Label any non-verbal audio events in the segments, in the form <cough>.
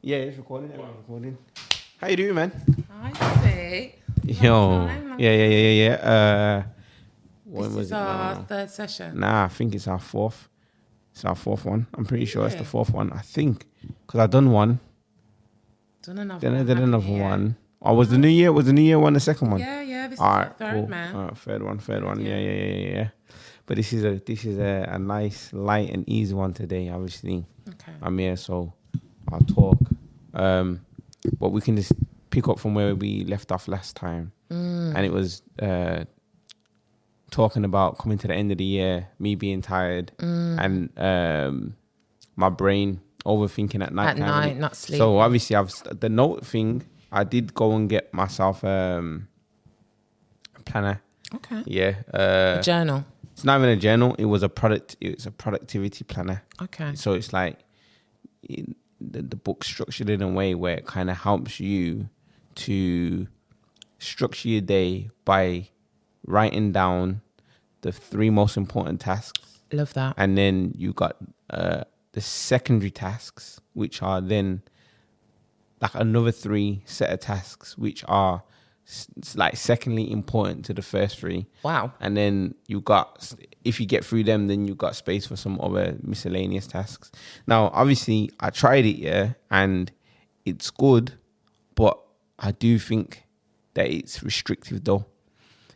Yeah, it's recording. Everyone recording. How you doing, man? I say Yo. time, man. Yeah, yeah, yeah, yeah, yeah. Uh, when this was is it? our now? third session. Nah, I think it's our fourth. It's our fourth one. I'm pretty sure it's the Really? fourth one. I think because I done one, Done another then I one, did haven't another you? one. Oh, was the new year? Was the new year one the second one? Yeah, yeah. This All is right, the third cool. man. All right, third one, third one. Yeah, Yeah. yeah, yeah, yeah. yeah. But this is a this is a, a nice, light and easy one today. Obviously, okay. I'm here, so I'll talk. Um, but we can just pick up from where we left off last time, Mm. and it was uh, talking about coming to the end of the year, me being tired, Mm. and um, my brain overthinking at night. At night, not sleep. So obviously, I've st- the note thing. I did go and get myself um, a planner. okay. Yeah, A uh, journal. it's not even a journal. It was a product. It's a productivity planner. Okay. So it's like it, the, the book structured in a way where it kind of helps you to structure your day by writing down the three most important tasks, Love that. and then you got uh, the secondary tasks, which are then like another three set of tasks, which are s- s- like secondly important to the first three Wow. and then you got if you get through them then you got space for some other miscellaneous tasks now obviously i tried it yeah and it's good but i do think that it's restrictive though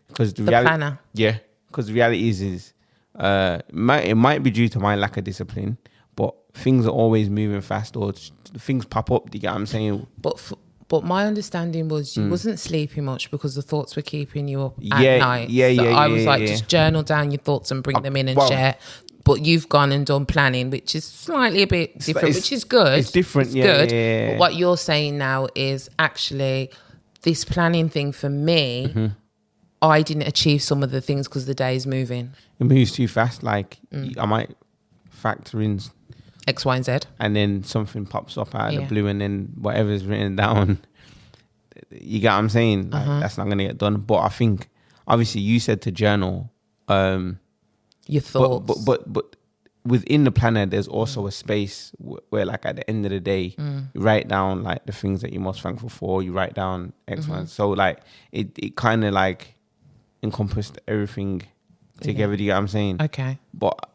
because the, The reality planner. yeah because the reality is is uh it might it might be due to my lack of discipline but things are always moving fast or s- things pop up do you get what i'm saying But f- but my understanding was you wasn't sleeping much because the thoughts were keeping you up at Mm. Yeah, night. yeah, so yeah, I was yeah, like, yeah. Uh, just journal down your thoughts and bring them in and well- share. But you've gone and done planning, which is slightly a bit different, it's- which is good. it's different, yeah, good. yeah, yeah, yeah. But what you're saying now is actually this planning thing for me. Mm-hmm. I didn't achieve some of the things because the day is moving. it moves too fast like i might factor in X, Y, and Z. and then something pops up out of the Yeah. blue, and then whatever's written down, you get what I'm saying. Like, Uh-huh. That's not gonna get done. But I think obviously you said to journal, um, Your but, but thoughts. but but within the planner, there's also a space wh- where, like, at the end of the day, Mm. you write down like the things that you're most thankful for. You write down X Mm-hmm. one. So like it it kind of like encompassed everything together. Do you get what I'm saying? okay. but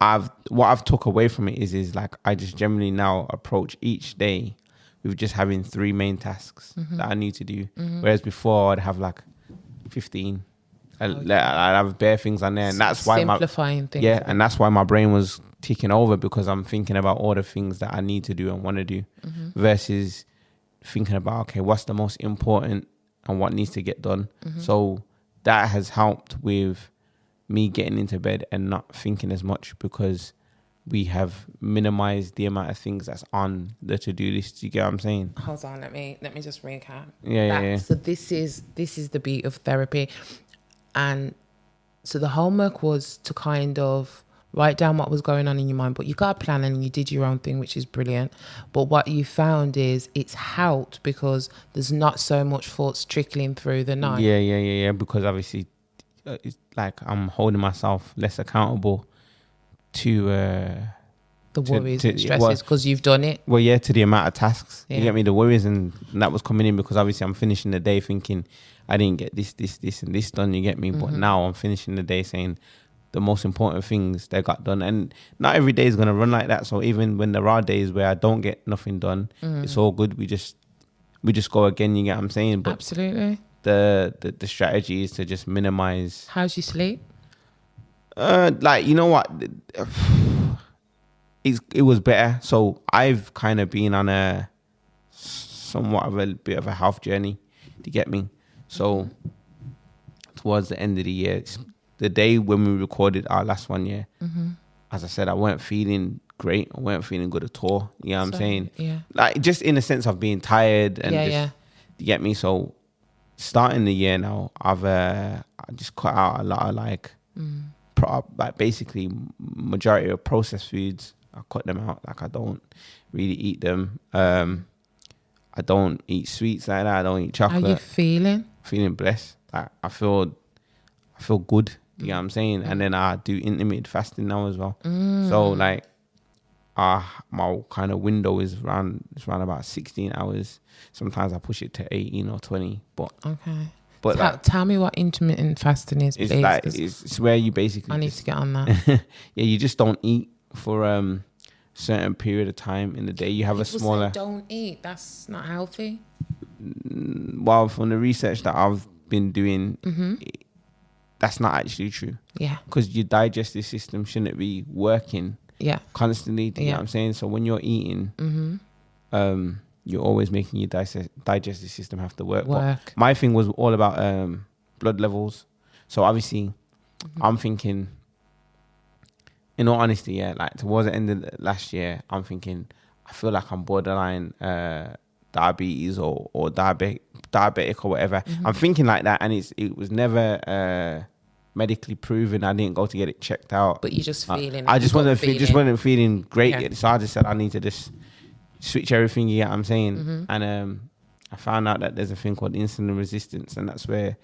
I've what I've took away from it is is like I just generally now approach each day with just having three main tasks that I need to do, whereas before I'd have like fifteen. I, I'd have bare things on there, and that's why my simplifying things. yeah, and that's why my brain was ticking over because I'm thinking about all the things that I need to do and want to do versus thinking about okay, what's the most important and what needs to get done. So that has helped with me getting into bed and not thinking as much because we have minimized the amount of things that's on the to-do list. You get what I'm saying? hold on let me let me just recap Yeah, yeah, That- yeah. so this is this is the beat of therapy and so the homework was to kind of write down what was going on in your mind but you got a plan and you did your own thing which is brilliant but what you found is it's helped because there's not so much thoughts trickling through the night Yeah, yeah, yeah, yeah. Because obviously, uh, it's like I'm holding myself less accountable to. uh the To- worries to- and yeah, well- stresses because you've done it Well, yeah, to the amount of tasks. You Yeah. get me? The worries and and that was coming in because obviously I'm finishing the day thinking I didn't get this, this, this, and this done. You get me? But now I'm finishing the day saying the most important things they got done. And not every day is going to run like that. So even when there are days where I don't get nothing done, Mm. Mm-hmm. it's all good. We just, we just go again. You get what I'm saying? But absolutely the, the, the strategy is to just minimize how's your sleep uh, like you know what? <sighs> It's, it was better. So I've kind of been on a somewhat of a bit of a health journey. To get me, so towards the end of the year, it's the day when we recorded our last one, yeah. Mm-hmm. As I said, I weren't feeling great. I weren't feeling good at all. You know what I'm So, saying? yeah Like just in the sense of being tired and yeah just yeah you get me? So starting the year now, I've uh, I just cut out a lot of like, Mm. pro- like basically majority of processed foods. I cut them out. Like I don't really eat them. Um, I don't eat sweets like that. I don't eat how you chocolate. feeling Feeling blessed. Like I feel, I feel Mm. good. You know what I'm saying? And then I do intermittent fasting now as well. So like, our my kind of window is around it's around about sixteen hours. Sometimes I push it to eighteen or twenty, but Okay. but Ta- like, tell me what intermittent fasting is, it's please, like 'cause it's, it's where you basically I need just- to get on that. yeah, you just don't eat for um certain period of time in the day. You have a People say smaller don't eat. That's not healthy. mm, well from the research that I've been doing, it- that's not actually true Mm-hmm. Yeah. because your digestive system shouldn't be working Yeah. constantly. Do you know Yeah. what I'm saying? So when you're eating, Mm-hmm. um, you're always making your digest- digestive system have to work. But Work. my thing was all about um blood levels. So obviously, Mm-hmm. I'm thinking, in all honesty, yeah, like towards the end of the- last year, I'm thinking, I feel like I'm borderline uh diabetes or or diabetic diabetic or whatever. Mm-hmm. I'm thinking like that, and it's it was never uh medically proven. I didn't go to get it checked out. But you're just I- feeling. I just you've got wasn't fe- just feeling. wasn't feeling great Yeah. yet. So I just said I need to just switch everything. You get what I'm Mm-hmm. saying? And um, I found out that there's a thing called insulin resistance, and that's where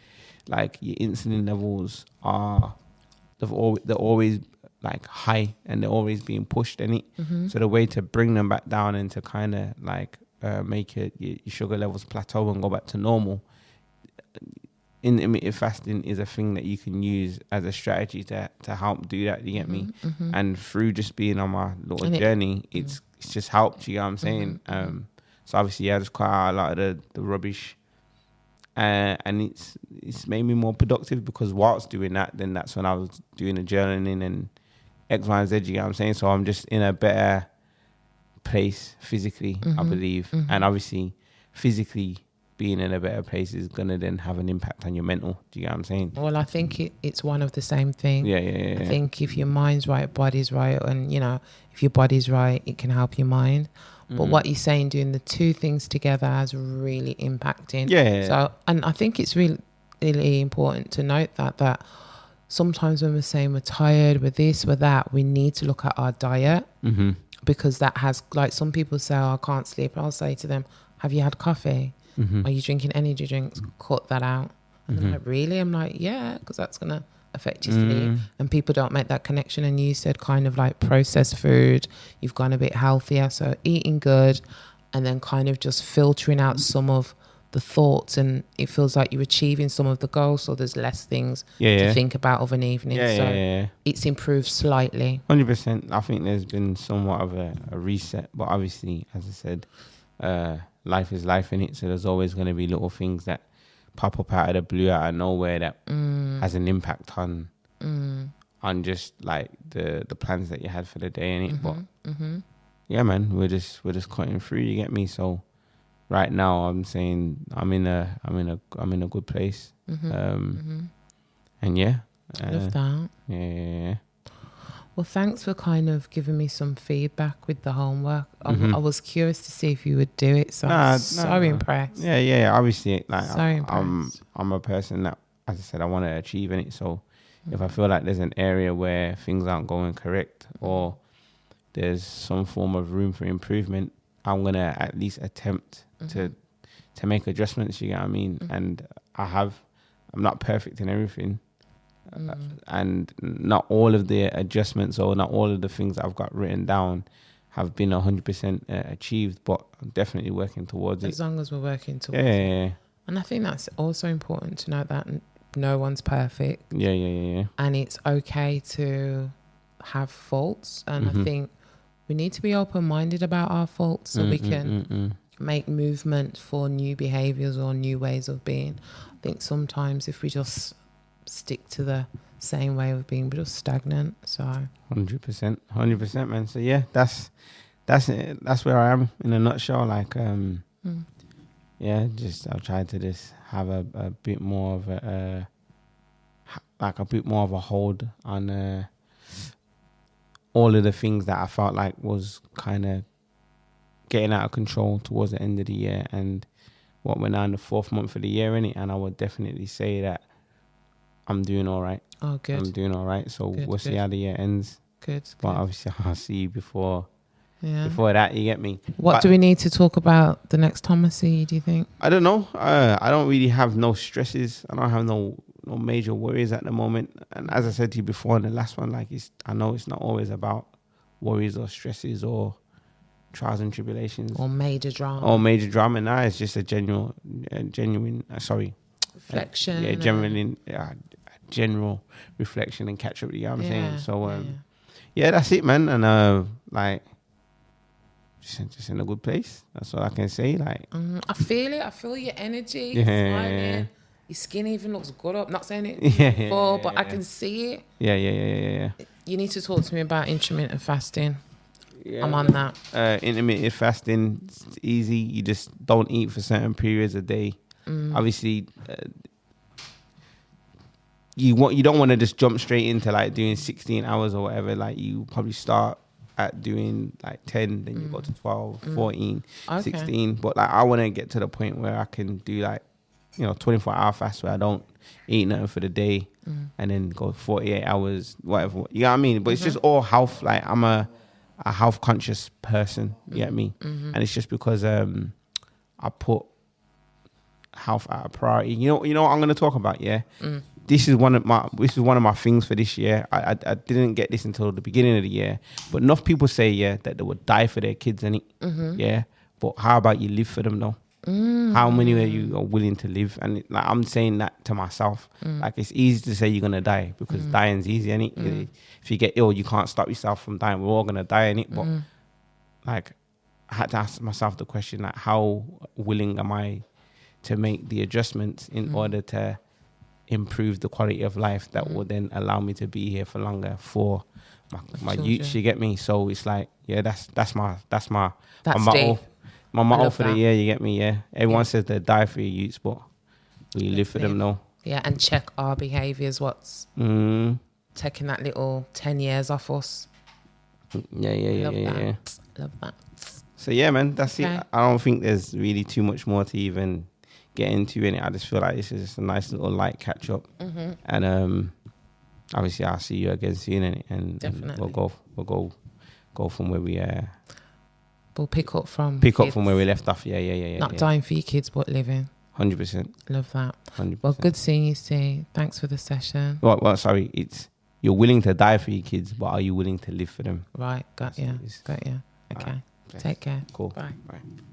like your insulin levels are they've always they're always like high and they're always being pushed in it. Mm-hmm. So the way to bring them back down and to kind of like uh, make it your, your sugar levels plateau and go back to normal. Intermittent fasting is a thing that you can use as a strategy to to help do that. You get me? Mm-hmm. And through just being on my little And it- Mm-hmm. journey, it's it's just helped. You know what I'm saying? Um, so obviously, yeah, I just cut out a lot of the, the rubbish uh, and it's it's made me more productive because whilst doing that, then that's when I was doing the journaling and X, Y, and Z. You know what I'm saying? So I'm just in a better place physically, I Mm-hmm. believe, and obviously physically being in a better place is gonna then have an impact on your mental. Do you get what I'm saying? Well, I think it, it's one of the same thing. Yeah, yeah, yeah. I yeah. think if your mind's right, body's right, and you know, if your body's right, it can help your mind. But Mm-hmm. what you're saying, doing the two things together, has really impacting. Yeah, yeah, So, and I think it's really, really important to note that that sometimes when we're saying we're tired, we're this, we're that, we need to look at our diet mm-hmm. because that has like some people say, oh, I can't sleep. I'll say to them, Have you had coffee? Mhm. Are you drinking energy drinks? Cut that out. And they're like, Really? I'm like, Yeah, because that's gonna affect Mm. your sleep. And people don't make that connection. And you said kind of like processed food. You've gone a bit healthier, so eating good, and then kind of just filtering out some of the thoughts and it feels like you're achieving some of the goals so there's less things Yeah, to yeah. think about of an evening yeah, so yeah, yeah. it's improved slightly Hundred percent. I think there's been somewhat of a, a reset, but obviously, as I said, uh, life is life in it. So there's always going to be little things that pop up out of the blue, out of nowhere, that Mm, has an impact on on just like the the plans that you had for the day in it. But mm-hmm. yeah, man, we're just we're just cutting through. You get me? So right now, I'm saying I'm in a I'm in a I'm in a good place. Mm-hmm. Um, mm-hmm. and yeah, uh, Love that. yeah, yeah, yeah. Well, thanks for kind of giving me some feedback with the homework. I, Mhm. I was curious to see if you would do it, so Nah, I'm nah, so nah. impressed. Yeah, yeah, yeah. Obviously, like So I- I'm, impressed. I'm a person that, as I said, I want to achieve in it. So if I Mm. feel like there's an area where things aren't going correct or there's some form of room for improvement, I'm gonna at least attempt Mm-hmm. to to make adjustments. You get what I mean? And I have, I'm not perfect in everything. Uh, Mm. And not all of the adjustments or not all of the things that I've got written down have been 100% uh, achieved, but I'm definitely working towards it. As long as we're working Yeah, towards it. yeah, And I think that's also important to know that n- no one's perfect yeah, yeah, yeah, yeah. and it's okay to have faults. And I Mhm. think we need to be open minded about our faults so we Mm, can make movement for new behaviors or new ways of being. I think sometimes if we just stick to the same way of being, we're just stagnant. So, Hundred percent, hundred percent, man. So yeah, that's that's it. That's where I am in a nutshell. Like, um, Mm. yeah, just I'll try to just have a, a bit more of a uh, h- like a bit more of a hold on uh, all of the things that I felt like was kind of getting out of control towards the end of the year and what we're now in the fourth month of the year in it, and I would definitely say that I'm doing all right. oh, good, I'm doing all right. So Good, we'll see good. how the year ends. good. Um, But good. obviously, <laughs> I'll see you before Yeah. before that. You get me. what but- do we need to talk about the next time I see you? Do you think? I don't know. Uh, I don't really have no stresses. I don't have no no major worries at the moment. And as I said to you before in the last one, like it's I know it's not always about worries or stresses or trials and tribulations or major drama or major drama. Now it's just a genuine, a genuine. Uh, sorry, reflection. yeah, and- generally uh, general reflection and catch up. You know what I'm Yeah, saying? So yeah, um, yeah, that's it, man. And uh, like, just, just in a good place. That's all I can say. Like, <laughs> yeah. Mhm. I feel it. I feel your energy. Yeah. Yeah. Smiling. Your skin even looks good up. Not saying it yeah, yeah, before, but I yeah. can see it. Yeah, yeah, yeah, yeah, yeah. You need to talk to me about intermittent fasting. yeah. I'm on that. Uh, intermittent fasting. It's easy. You just don't eat for certain periods a day. Mm. Obviously. Uh, you want you don't want to just jump straight into like doing 16 hours or whatever like you probably start at doing like 10 then you Mm. go to 12 14 Okay. 16 but like i want to get to the point where i can do like you know 24 hour fast where i don't eat nothing for the day Mm, and then go 48 hours whatever you know what i mean but it's just all health like i'm a a health conscious person you get me Mm-hmm. and it's just because um i put health at a priority you know you know what i'm going to talk about yeah this is one of my this is one of my things for this year. I, I I didn't get this until the beginning of the year, but enough people say yeah that they would die for their kids and it mm-hmm. Mm. yeah. But how about you live for them though? Mm. How many are you are willing to live? And it- like I'm saying that to myself, Mm. like it's easy to say you're gonna die because dying's easy, and if you get ill, you can't stop yourself from dying. We're all gonna die, in it. But mm-hmm. Mm. like I had to ask myself the question like how willing am I to make the adjustments in order to improve the quality of life that will then allow me to be here for longer for my, my Sure, youth sure. you get me so it's like yeah that's that's my that's my That's my motto deep. my motto love for the that. year you get me yeah everyone Yeah. says they die for your youths but will you live for them no Yeah, and check our behaviors. What's mm, taking that little 10 years off us? yeah yeah yeah Love yeah, that. yeah Love that. So yeah, man, that's it. Okay. I don't think there's really too much more to even get into in it. I just feel like this is just a nice little light catch up, Mm-hmm. and um, obviously I'll see you again soon, innit? and, and we'll Definitely. go we'll go go from where we uh, We'll pick up from. pick up kids. from where we left off. Yeah, yeah, yeah, Not yeah. dying for your kids, but living. Hundred percent, Love that. hundred Well, percent. good seeing you, Steve. Thanks for the session. Well, well, sorry, it's you're willing to die for your kids, but are you willing to live for them? Right, got That's ya. it, it's- Got ya. Okay. Alright. Take care. Cool. Bye. Bye.